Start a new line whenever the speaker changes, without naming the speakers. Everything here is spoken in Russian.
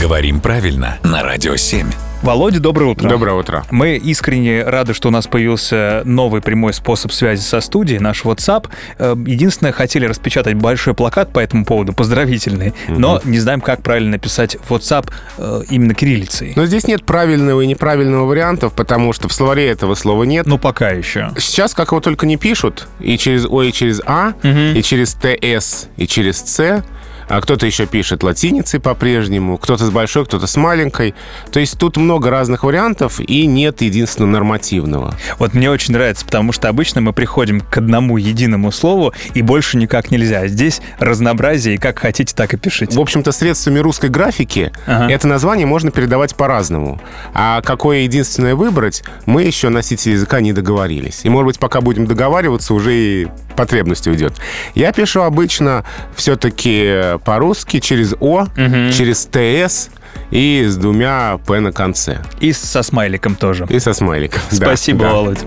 Говорим правильно на Радио 7.
Володя, доброе утро.
Доброе утро.
Мы искренне рады, что у нас появился новый прямой способ связи со студией, наш WhatsApp. Э, Единственное, хотели распечатать большой плакат по этому поводу, поздравительный, но не знаем, как правильно написать WhatsApp э, именно кириллицей.
Но здесь нет правильного и неправильного вариантов, потому что в словаре этого слова нет.
Ну, пока еще.
Сейчас как его только не пишут, и через О, и через А, и через ТС, и через С, а кто-то еще пишет латиницей по-прежнему, кто-то с большой, кто-то с маленькой. То есть тут много разных вариантов, и нет единственного нормативного.
Вот мне очень нравится, потому что обычно мы приходим к одному единому слову, и больше никак нельзя. Здесь разнообразие, и как хотите, так и пишите.
В общем-то, средствами русской графики
Ага.
это название можно передавать по-разному. А какое единственное выбрать, мы еще, носители языка, не договорились. И, может быть, пока будем договариваться, уже и потребность уйдет. Я пишу обычно все-таки по-русски через О, через ТС и с двумя П на конце.
И со смайликом тоже.
И со смайликом. Да,
Спасибо,
да.
Володь.